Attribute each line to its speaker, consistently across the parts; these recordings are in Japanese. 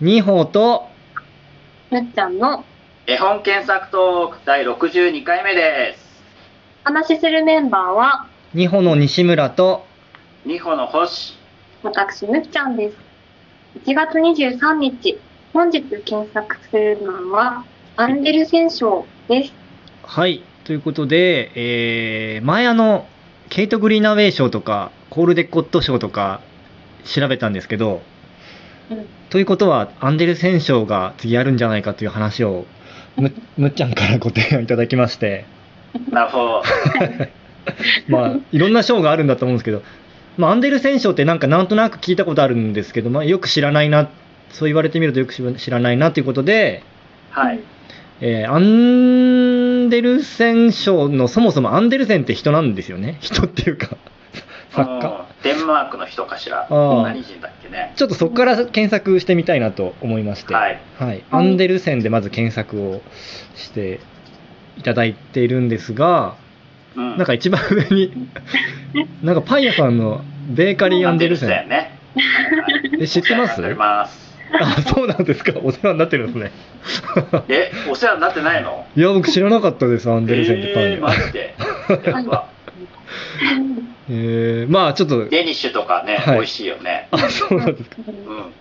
Speaker 1: 二歩と、
Speaker 2: むっちゃんの
Speaker 3: 絵本検索トーク第62回目です。
Speaker 2: 話しするメンバーは
Speaker 1: 二歩の西村と、
Speaker 3: 二歩の星。
Speaker 2: 私むっちゃんです。1月23日、本日検索するのはアンデルセン賞です。
Speaker 1: はい、ということで、えー、前あの、ケイト・グリーナウェイ賞とか、コールデコット賞とか調べたんですけど、
Speaker 2: うん
Speaker 1: ということは、アンデルセン賞が次あるんじゃないかという話を、むむっちゃんからご提案いただきまして、
Speaker 3: なるほど。
Speaker 1: まあ、いろんな賞があるんだと思うんですけど、まあ、アンデルセン賞ってなんかなんとなく聞いたことあるんですけど、まあ、よく知らないな、そう言われてみるとよく知ら知らないなということで、
Speaker 3: はい。
Speaker 1: えーアンデルセン賞のそもそもアンデルセンって人なんですよね。 人っていうか、作家。
Speaker 3: うんデンマークの人かしら。
Speaker 1: ー
Speaker 3: 何人だっけね。
Speaker 1: ちょっとそこから検索してみたいなと思いまして、
Speaker 3: はい。
Speaker 1: はい、アンデルセンでまず検索をしていただいているんですが、
Speaker 3: うん
Speaker 1: なんか一番上に、 なんかパン屋さんのベーカリーアンデルセン。
Speaker 3: ね。はい
Speaker 1: え知ってます
Speaker 3: お世話になります
Speaker 1: あ、そうなんですか。お世話になってるんですね。
Speaker 3: え、お世話になってないの
Speaker 1: いや、僕知らなかったです、アンデルセンってパン
Speaker 3: えー、マ
Speaker 1: 屋。
Speaker 3: ジで。やっぱ、
Speaker 1: えーまあちょっと、
Speaker 3: デニッシュとかね、
Speaker 1: はい
Speaker 3: 美味しいよね。
Speaker 1: あ、そうなんですか。
Speaker 3: うん。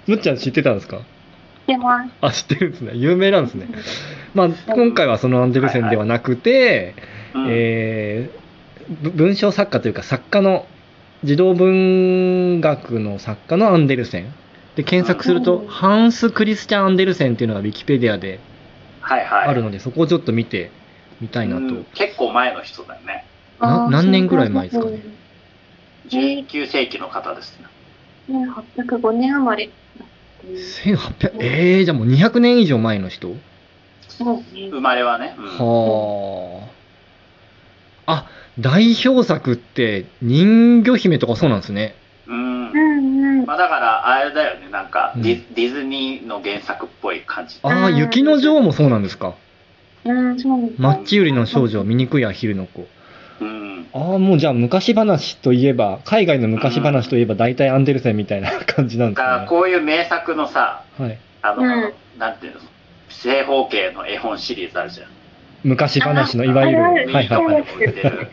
Speaker 1: むっちゃん知ってたんですか
Speaker 2: では、
Speaker 1: あ、知ってるんですね。有名なんですね。まあ、今回はそのアンデルセンではなくて、
Speaker 3: うん
Speaker 1: えーぶ文章作家というか作家の、児童文学の作家のアンデルセン。で、検索する
Speaker 2: う
Speaker 1: と、
Speaker 2: ん
Speaker 1: ハンス・クリスチャン・アンデルセンっていうのがウィキペディアで
Speaker 3: はいはい。
Speaker 1: あるので、そこをちょっと見てみたいなと。
Speaker 3: うん結構前の人だよね。
Speaker 1: な
Speaker 2: あー
Speaker 1: 何年ぐらい前ですかね。
Speaker 2: えー
Speaker 3: 19世紀の方ですね。
Speaker 2: 1805年生まれ。
Speaker 1: 1800えー、じゃあもう200年以上前の人、
Speaker 2: そうね。
Speaker 3: 生まれはね。うん
Speaker 1: はああ代表作って人魚姫とかそうなんですね
Speaker 3: うん
Speaker 2: うんうん。
Speaker 3: まあだからあれだよねなんか
Speaker 1: うん
Speaker 3: ディ,、ディズニーの原作っぽい感じ
Speaker 1: ああ
Speaker 2: うん
Speaker 1: 雪の女王もそうなんですか
Speaker 2: うん、そうね。
Speaker 1: マッチ売りの少女醜いアヒルの子
Speaker 3: うん
Speaker 1: ああもうじゃあ昔話といえば海外の昔話といえば大体アンデルセンみたいな感じなん
Speaker 3: だ
Speaker 1: です
Speaker 3: からこういう名作のさ
Speaker 1: ね、はい、
Speaker 3: あの、
Speaker 2: うん
Speaker 3: なんていうの正方形の絵本シリーズあるじゃん
Speaker 1: 昔話のいわゆる
Speaker 2: ああ
Speaker 1: は
Speaker 2: る
Speaker 1: い
Speaker 2: ある
Speaker 1: はい
Speaker 3: と
Speaker 1: は
Speaker 3: か
Speaker 1: い
Speaker 3: にも出てる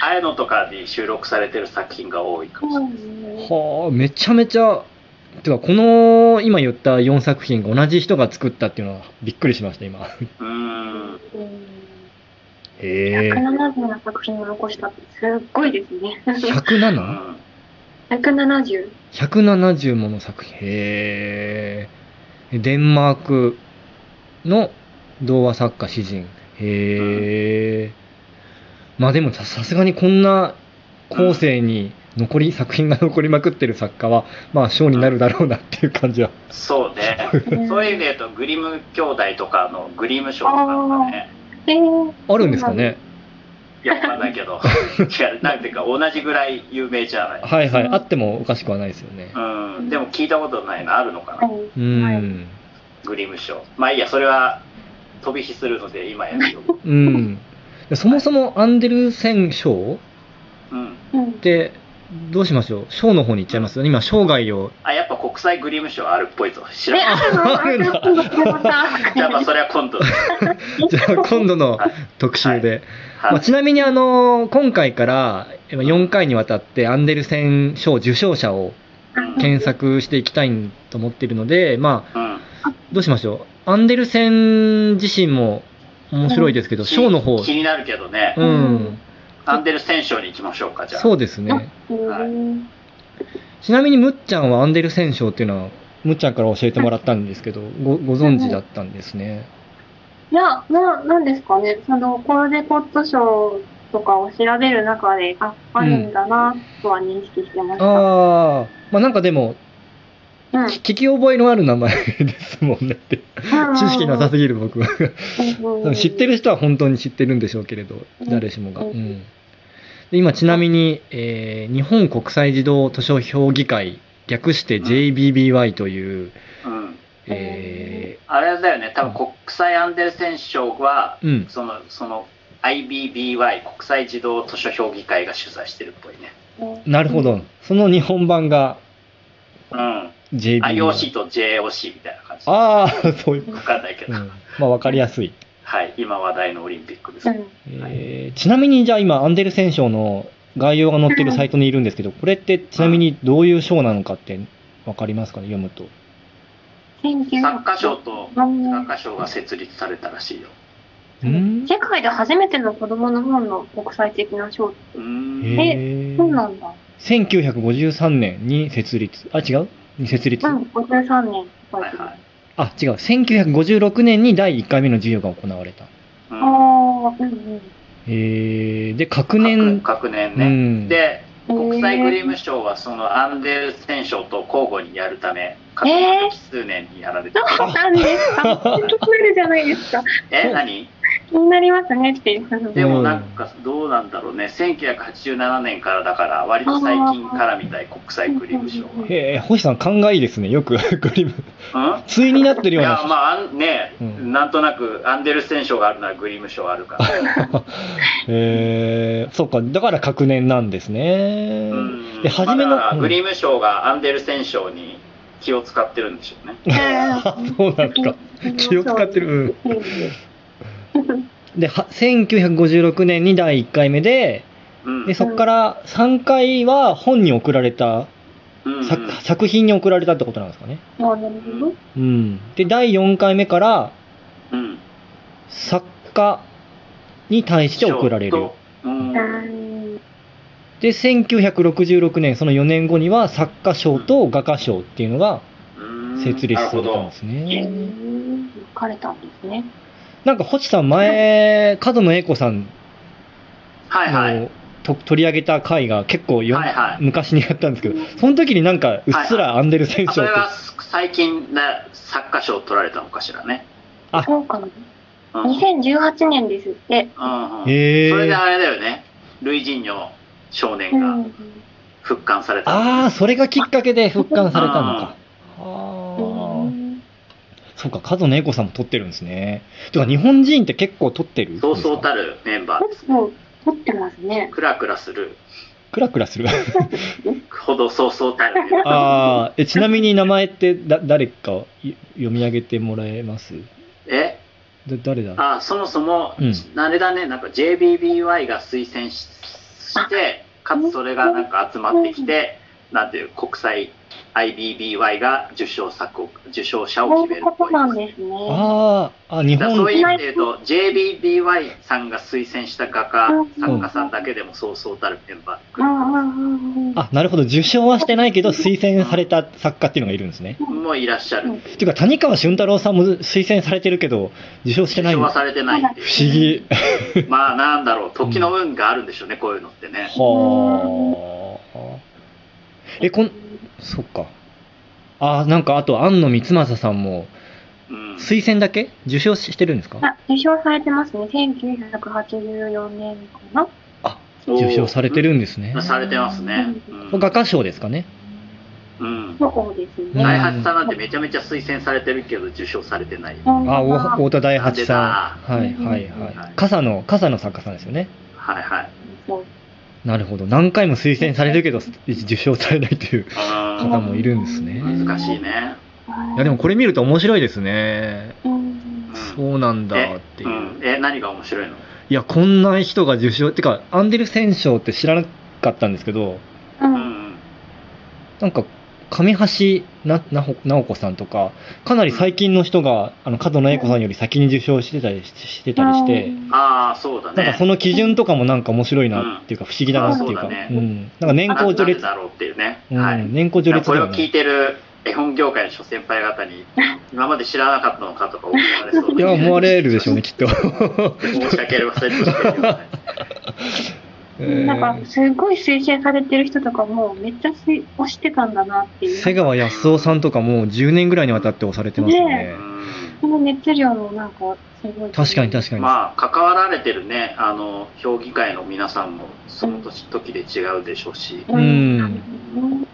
Speaker 3: ああいうのとかに収録されてる作品が多いかもし
Speaker 2: そ
Speaker 3: れ
Speaker 2: う
Speaker 3: ない
Speaker 2: ね。
Speaker 1: はあめちゃめちゃてかこの今言った4作品が同じ人が作ったっていうのはびっくりしました今
Speaker 3: うん
Speaker 2: うん
Speaker 1: へえ
Speaker 2: 170の作品を残したってすっごいですね。
Speaker 3: う
Speaker 1: 107?170
Speaker 3: ん
Speaker 2: 170。
Speaker 1: もの作品へえデンマークの童話作家詩人へえ、まあでもささすがにこんな後世に残り作品が残りまくってる作家はまあ賞になるだろうなっていう感じは
Speaker 3: そうねそういう意味で言うとグリム兄弟とかのグリム賞とかがね
Speaker 2: えー
Speaker 1: あるんですかね
Speaker 3: いやわかんないけ どいやなんていうか同じぐらい有名じゃない、
Speaker 1: はいはいあってもおかしくはないですよね
Speaker 3: うん、でも聞いたことないのあるのかな
Speaker 2: はい
Speaker 1: うん、
Speaker 2: はい
Speaker 3: グリム賞まあいいやそれは飛び火するので今やめよ
Speaker 1: う
Speaker 3: う、
Speaker 1: ん、そもそもアンデルセン賞
Speaker 3: うん、
Speaker 2: うん
Speaker 1: っ、てどうしましょう賞の方に行っちゃいますよね今生涯を
Speaker 3: あやっぱ国際グリム賞あるっぽいぞ知
Speaker 2: え、
Speaker 3: らない
Speaker 2: あるの
Speaker 3: じゃあまあそれは 今度で、
Speaker 1: じゃあ今度の特集で、ま
Speaker 3: は
Speaker 1: あ、ちなみにあの今回から今4回にわたってアンデルセン賞受賞者を検索していきたいと思っているのでま
Speaker 3: いうん、
Speaker 1: あどうしましょうアンデルセン自身も面白いですけど賞の方
Speaker 3: 気になるけどね、
Speaker 1: うん
Speaker 3: アンデルセン賞に行きましょうかじゃあ
Speaker 1: そうですね
Speaker 2: うん
Speaker 1: ちなみにむっちゃんはアンデルセン賞っていうのはむっちゃんから教えてもらったんですけどごご存知だったんですね。
Speaker 2: いや、な、なんですかね。その、コーデコット賞とかを調べる中で、あ、あるんだな、とは認識してました。
Speaker 1: ああまあなんかでも
Speaker 2: うん
Speaker 1: き聞き覚えのある名前ですもんねって知識なさすぎる僕は知ってる人は本当に知ってるんでしょうけれど
Speaker 2: うん
Speaker 1: 誰しもが。う
Speaker 2: うん
Speaker 1: んで今ちなみに、えー日本国際児童図書評議会略して JBBY という、
Speaker 3: うん、
Speaker 1: え
Speaker 3: あれだよね多分国際アンデルセン賞は
Speaker 1: ーうん、
Speaker 3: そのその IBBY 国際児童図書評議会が主催してるっぽいね
Speaker 1: なるほ。どその日本版が
Speaker 3: うん
Speaker 1: JB
Speaker 3: IOC と JOC みたいな感じ。わ
Speaker 1: ああ、そういう。
Speaker 3: かんないけ
Speaker 1: う
Speaker 3: ど、
Speaker 1: ん、まあ、わかりやすい。
Speaker 3: はい、今話題のオリンピックです。
Speaker 2: うん
Speaker 1: えーちなみにじゃあ今アンデルセン賞の概要が載ってるサイトにいるんですけどこれってちなみにどういう賞なのかって分かりますかね読むと
Speaker 2: 1900
Speaker 3: サッカー賞と
Speaker 2: うん
Speaker 3: サッカー賞が設立されたらしいよ。
Speaker 1: うん
Speaker 2: 世界で初めての子供の本の国際的な賞。
Speaker 3: うー
Speaker 1: へ
Speaker 3: ん。
Speaker 1: ー
Speaker 2: そうなんだ。
Speaker 1: 1953年に設立あ違うに設立、
Speaker 2: うん、53年。
Speaker 3: はいはい。
Speaker 1: あ違う1956年に第1回目の授業が行われた
Speaker 3: う
Speaker 2: あ
Speaker 3: ん
Speaker 2: あ、うん
Speaker 1: えーで隔年
Speaker 3: 各各年
Speaker 1: う
Speaker 3: ね。
Speaker 1: ん、
Speaker 3: で、
Speaker 2: うん。
Speaker 3: 国際グリム
Speaker 2: 賞。
Speaker 3: 賞はそのアンデルセン賞と交互にやるため、過去の数年にやられてる。
Speaker 2: そうなんですか。気になるじゃないですか。
Speaker 3: え、何
Speaker 2: 気になりますねっていう感じ
Speaker 3: でもなんかどうなんだろうね、1987年からだから、割と最近からみたい、国際グリム賞
Speaker 1: えー星さん勘がいいですねよく グリム
Speaker 3: は。うん
Speaker 1: 対になってる
Speaker 3: い
Speaker 1: よう
Speaker 3: や
Speaker 1: な、
Speaker 3: まああんね、
Speaker 1: うん
Speaker 3: なんとなくアンデルセン賞があるならグリム賞あるから、
Speaker 1: えーそうかだから隔年なんですね、
Speaker 3: う ん
Speaker 1: で初めの
Speaker 3: まあだから
Speaker 1: うん
Speaker 3: グリム賞がアンデルセン賞に気を使ってるんでしょうね。
Speaker 1: あそうなんですか。気を使ってる。
Speaker 2: うん。
Speaker 1: うん、で、は1956年に第1回目で、
Speaker 3: うん
Speaker 1: でそこから3回は本に送られた、
Speaker 3: うんうん
Speaker 1: 作作品に送られたってことなんですかね。
Speaker 2: あーなるほど。
Speaker 1: うん。で、第4回目から
Speaker 3: うん
Speaker 1: 作家に対して送られる。
Speaker 3: うん
Speaker 2: うん
Speaker 1: で、1966年、その4年後には作家賞と画家賞っていうのが
Speaker 3: うん
Speaker 1: 設立されたんです
Speaker 2: へ
Speaker 1: ね。
Speaker 2: ー分かれたんですね。
Speaker 1: なんか、星さん前、角野栄子さん
Speaker 3: はいはい
Speaker 1: のと取り上げた回が結構よ、
Speaker 3: はいはい
Speaker 1: 昔にやったんですけど、その時になんかうっすらアンデルセン
Speaker 3: あ
Speaker 1: 賞
Speaker 3: そ
Speaker 1: っ
Speaker 3: れ
Speaker 1: て、
Speaker 3: は最近な作家賞取られたのかしらね、
Speaker 1: あ
Speaker 2: そうかな。
Speaker 3: うん
Speaker 2: 2018年ですって。
Speaker 3: うんうん
Speaker 1: へー
Speaker 3: それであれだよね類人魚少
Speaker 2: う
Speaker 3: 年が
Speaker 2: ん。
Speaker 3: 復刊された、
Speaker 1: ああ、それがきっかけで復刊されたのか。あ
Speaker 2: う
Speaker 1: あ、
Speaker 2: ん
Speaker 1: そうか、角野栄子さんも撮ってるんですね。てか、日本人って結構撮ってる
Speaker 3: そうそう
Speaker 1: ですか
Speaker 3: たるメンバーです
Speaker 2: 結構取ってますね。
Speaker 3: クラクラする
Speaker 1: クラクラす る。
Speaker 3: ほどそうそうたるメンバー
Speaker 1: ああ、えちなみに名前ってだ誰かい読み上げてもらえます
Speaker 3: え
Speaker 1: だ誰だ
Speaker 3: あそもそも、
Speaker 1: うん
Speaker 3: あれだねなんか JBBY が推薦ししてかつそれがなんか集まってきてなんていう国際 IBBY が受賞作を受賞者を
Speaker 2: そう
Speaker 3: 決
Speaker 2: い
Speaker 3: め
Speaker 2: う
Speaker 3: るっ
Speaker 2: こと
Speaker 3: ぽい
Speaker 2: なんですね。
Speaker 1: あーあ、日
Speaker 3: だからそういう
Speaker 1: 本、
Speaker 3: 意味で言うと JBBY さんが推薦した画家作家さんだけでもそうそうたるメンバー
Speaker 2: うんうんうん。
Speaker 1: あ、なるほど、受賞はしてない けど、推薦された作家っていうのがいるんですね。
Speaker 3: もういらっしゃる、
Speaker 2: うん
Speaker 1: っていうか谷川俊太郎さんも推薦されてるけど受賞してな
Speaker 3: 受
Speaker 1: い
Speaker 3: 賞
Speaker 1: ん
Speaker 3: は
Speaker 1: だ
Speaker 3: されてないってい
Speaker 1: 不思議
Speaker 3: うまあなんだろう時の運があるんでしょうねこういうのってね
Speaker 1: はあえこんそっかあなんかあと庵野光政さんも
Speaker 3: うん
Speaker 1: 推薦だけ受賞してるんですか
Speaker 2: あ、受賞されてますね。1984年かな。
Speaker 1: あ受賞されてるんですね
Speaker 3: うんされてますね、うん
Speaker 1: 画家賞ですかね
Speaker 3: うん
Speaker 2: そうですね。
Speaker 1: うん
Speaker 3: 大八さんなんてめちゃめちゃ推薦されてるけど受賞されてない、
Speaker 2: うん
Speaker 1: あお太田大八さん
Speaker 2: な
Speaker 1: は
Speaker 2: ん
Speaker 1: い
Speaker 2: でだ
Speaker 1: はいは
Speaker 3: う
Speaker 1: い
Speaker 3: ん
Speaker 1: 傘の傘の作家さんですよね
Speaker 3: はいはい
Speaker 2: そう
Speaker 1: なるほど何回も推薦されるけど受賞されないという
Speaker 3: う
Speaker 1: 方もいるんですね
Speaker 3: ん難しいね、
Speaker 1: いやでもこれ見ると面白いですね
Speaker 2: うん
Speaker 1: そうなんだ
Speaker 3: え
Speaker 1: っていうう、
Speaker 3: ん、え何が面白いの
Speaker 1: いやこんな人が受賞ってかアンデルセン賞って知らなかったんですけど
Speaker 2: う
Speaker 3: うんん
Speaker 1: なんか上橋ななほ直子さんとかかなり最近の人があの角野栄子さんより先に受賞してたりししてたりして、
Speaker 3: ああそうだ
Speaker 1: なんかそ
Speaker 3: ね
Speaker 1: の基準とかもなんか面白いなっていうか不思議だなっていうか、
Speaker 3: うんあー
Speaker 1: う、
Speaker 3: そうん
Speaker 1: なんか年
Speaker 3: なな
Speaker 1: 功
Speaker 3: ん
Speaker 1: 序
Speaker 3: で
Speaker 1: 列、
Speaker 3: だろうっていうね、
Speaker 1: うん
Speaker 3: はい
Speaker 1: 年功序列
Speaker 3: こ
Speaker 1: だ
Speaker 3: れ
Speaker 1: よ
Speaker 3: を聞い
Speaker 1: ね
Speaker 3: てる絵本業界の諸先輩 方に今まで知らなかったのかとか思われそう
Speaker 1: いや思われるでしょうねき っと、
Speaker 3: 申し訳ありませんとしてるよね
Speaker 1: え
Speaker 2: なんか
Speaker 1: ー
Speaker 2: すごい推薦されてる人とかもうめっちゃ推押してたんだなっていう。
Speaker 1: 瀬川康夫さんとかもう10年ぐらいにわたって押されてますよね
Speaker 2: この熱量のなんかすごい。
Speaker 1: 確かに確か
Speaker 3: う
Speaker 1: に、
Speaker 3: んまあ関わられてるねあの評議会の皆さんもその時々で違うでしょうし、
Speaker 1: にうん
Speaker 2: うん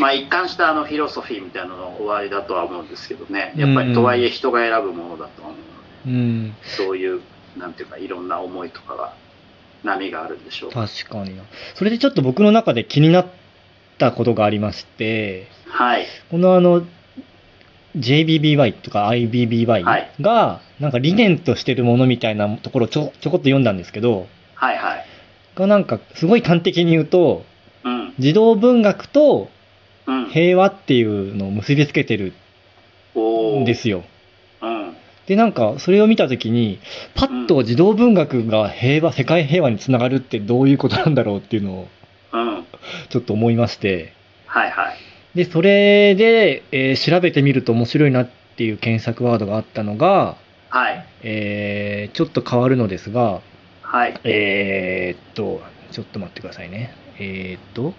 Speaker 3: まあ、一貫したあのフィロソフィーみたいなのが終わりだとは思うんですけどねやっぱりとはいえ人が選ぶものだと思うので
Speaker 1: うん
Speaker 3: そういうなんていうかいろんな思いとかが波があるんでしょう
Speaker 1: 確かにな。それでちょっと僕の中で気になっったことがありまして、
Speaker 3: はい。
Speaker 1: このあの、JBBY とか
Speaker 3: は
Speaker 1: IBBY
Speaker 3: い
Speaker 1: が、なんか理念としてるものみたいなところをちょちょこっと読んだんですけど、
Speaker 3: はいはい。
Speaker 1: がなんかすごい端的に言うと、
Speaker 3: うん。
Speaker 1: 児童文学と
Speaker 3: うん。
Speaker 1: 平和っていうのを結びつけてる
Speaker 3: お
Speaker 1: ん
Speaker 3: ー
Speaker 1: ですよ。
Speaker 3: うん。
Speaker 1: で、なんかそれを見たときに、パッと児童文学が平和、世界平和につながるってどういうことなんだろうっていうのを
Speaker 3: うん。
Speaker 1: ちょっと思いまして、
Speaker 3: はいはい。
Speaker 1: で、それで、えー調べてみると面白いなっていう検索ワードがあったのが、
Speaker 3: はい。
Speaker 1: えーちょっと変わるのですが、
Speaker 3: はい。
Speaker 1: えーっと、ちょっと待ってくださいね。えーっと、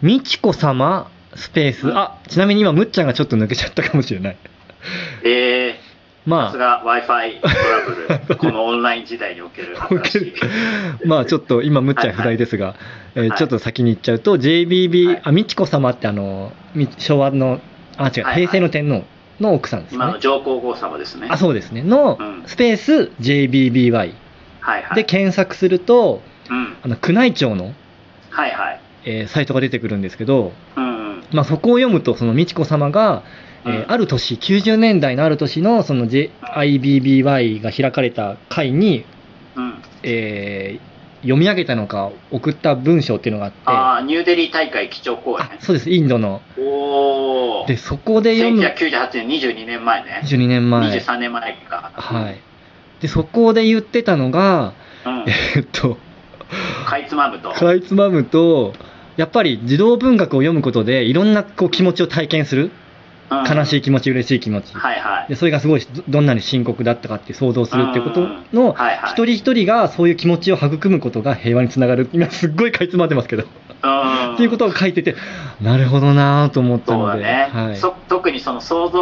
Speaker 1: みちこ様スペース、あ、ちなみに今、むっちゃんがちょっと抜けちゃったかもしれない。
Speaker 3: えー、さ
Speaker 1: ますあ、
Speaker 3: が Wi-Fi トラ ブル。このオンライン時代における新しい。
Speaker 1: まあちょっと今、むっちゃん不在ですが、えー
Speaker 3: はい
Speaker 1: ちょっと先に行っちゃうと、JBB、
Speaker 3: はい
Speaker 1: あ、みちこ様ってあの、み昭和の、あ、違う、
Speaker 3: はい
Speaker 1: 平成の天皇の奥さんですね。
Speaker 3: 今の上皇后様ですね。
Speaker 1: あ、そうですね。の
Speaker 3: うん、
Speaker 1: スペース JBBY
Speaker 3: はいはい。
Speaker 1: で検索すると、
Speaker 3: うん。
Speaker 1: あの、宮内庁の、
Speaker 3: はいはい。
Speaker 1: えーサイトが出てくるんですけど、
Speaker 3: うんうん。
Speaker 1: まあ、そこを読むとその美智子様が、えー
Speaker 3: うん
Speaker 1: ある年90年代のある年のその JIBBY が開かれた会に、
Speaker 3: うん。
Speaker 1: えー読み上げたのか送った文章っていうのがあって
Speaker 3: ああ、ニューデリー大会基調講演
Speaker 1: あ。そうですインドの
Speaker 3: おお。
Speaker 1: でそこで読む
Speaker 3: 1998年、22年前ね。
Speaker 1: 22年前
Speaker 3: 23年前か。
Speaker 1: はいでそこで言ってたのが
Speaker 3: うん。
Speaker 1: えっと
Speaker 3: かいつまむと。
Speaker 1: かいつまむとやっぱり児童文学を読むことでいろんなこう気持ちを体験する
Speaker 3: うん
Speaker 1: 悲しい気持ち嬉しい気持ち
Speaker 3: はいはい。
Speaker 1: でそれがすごいどどんなに深刻だったかって想像するってことの
Speaker 3: はいはい。
Speaker 1: 一人一人がそういう気持ちを育むことが平和につながる今すっごいかいつまんでますけど、
Speaker 3: うん。
Speaker 1: っていうことを書いててなるほどなぁと思った
Speaker 3: そう
Speaker 1: の
Speaker 3: だ
Speaker 1: で、
Speaker 3: ね、
Speaker 1: はい、
Speaker 3: そ特にその想像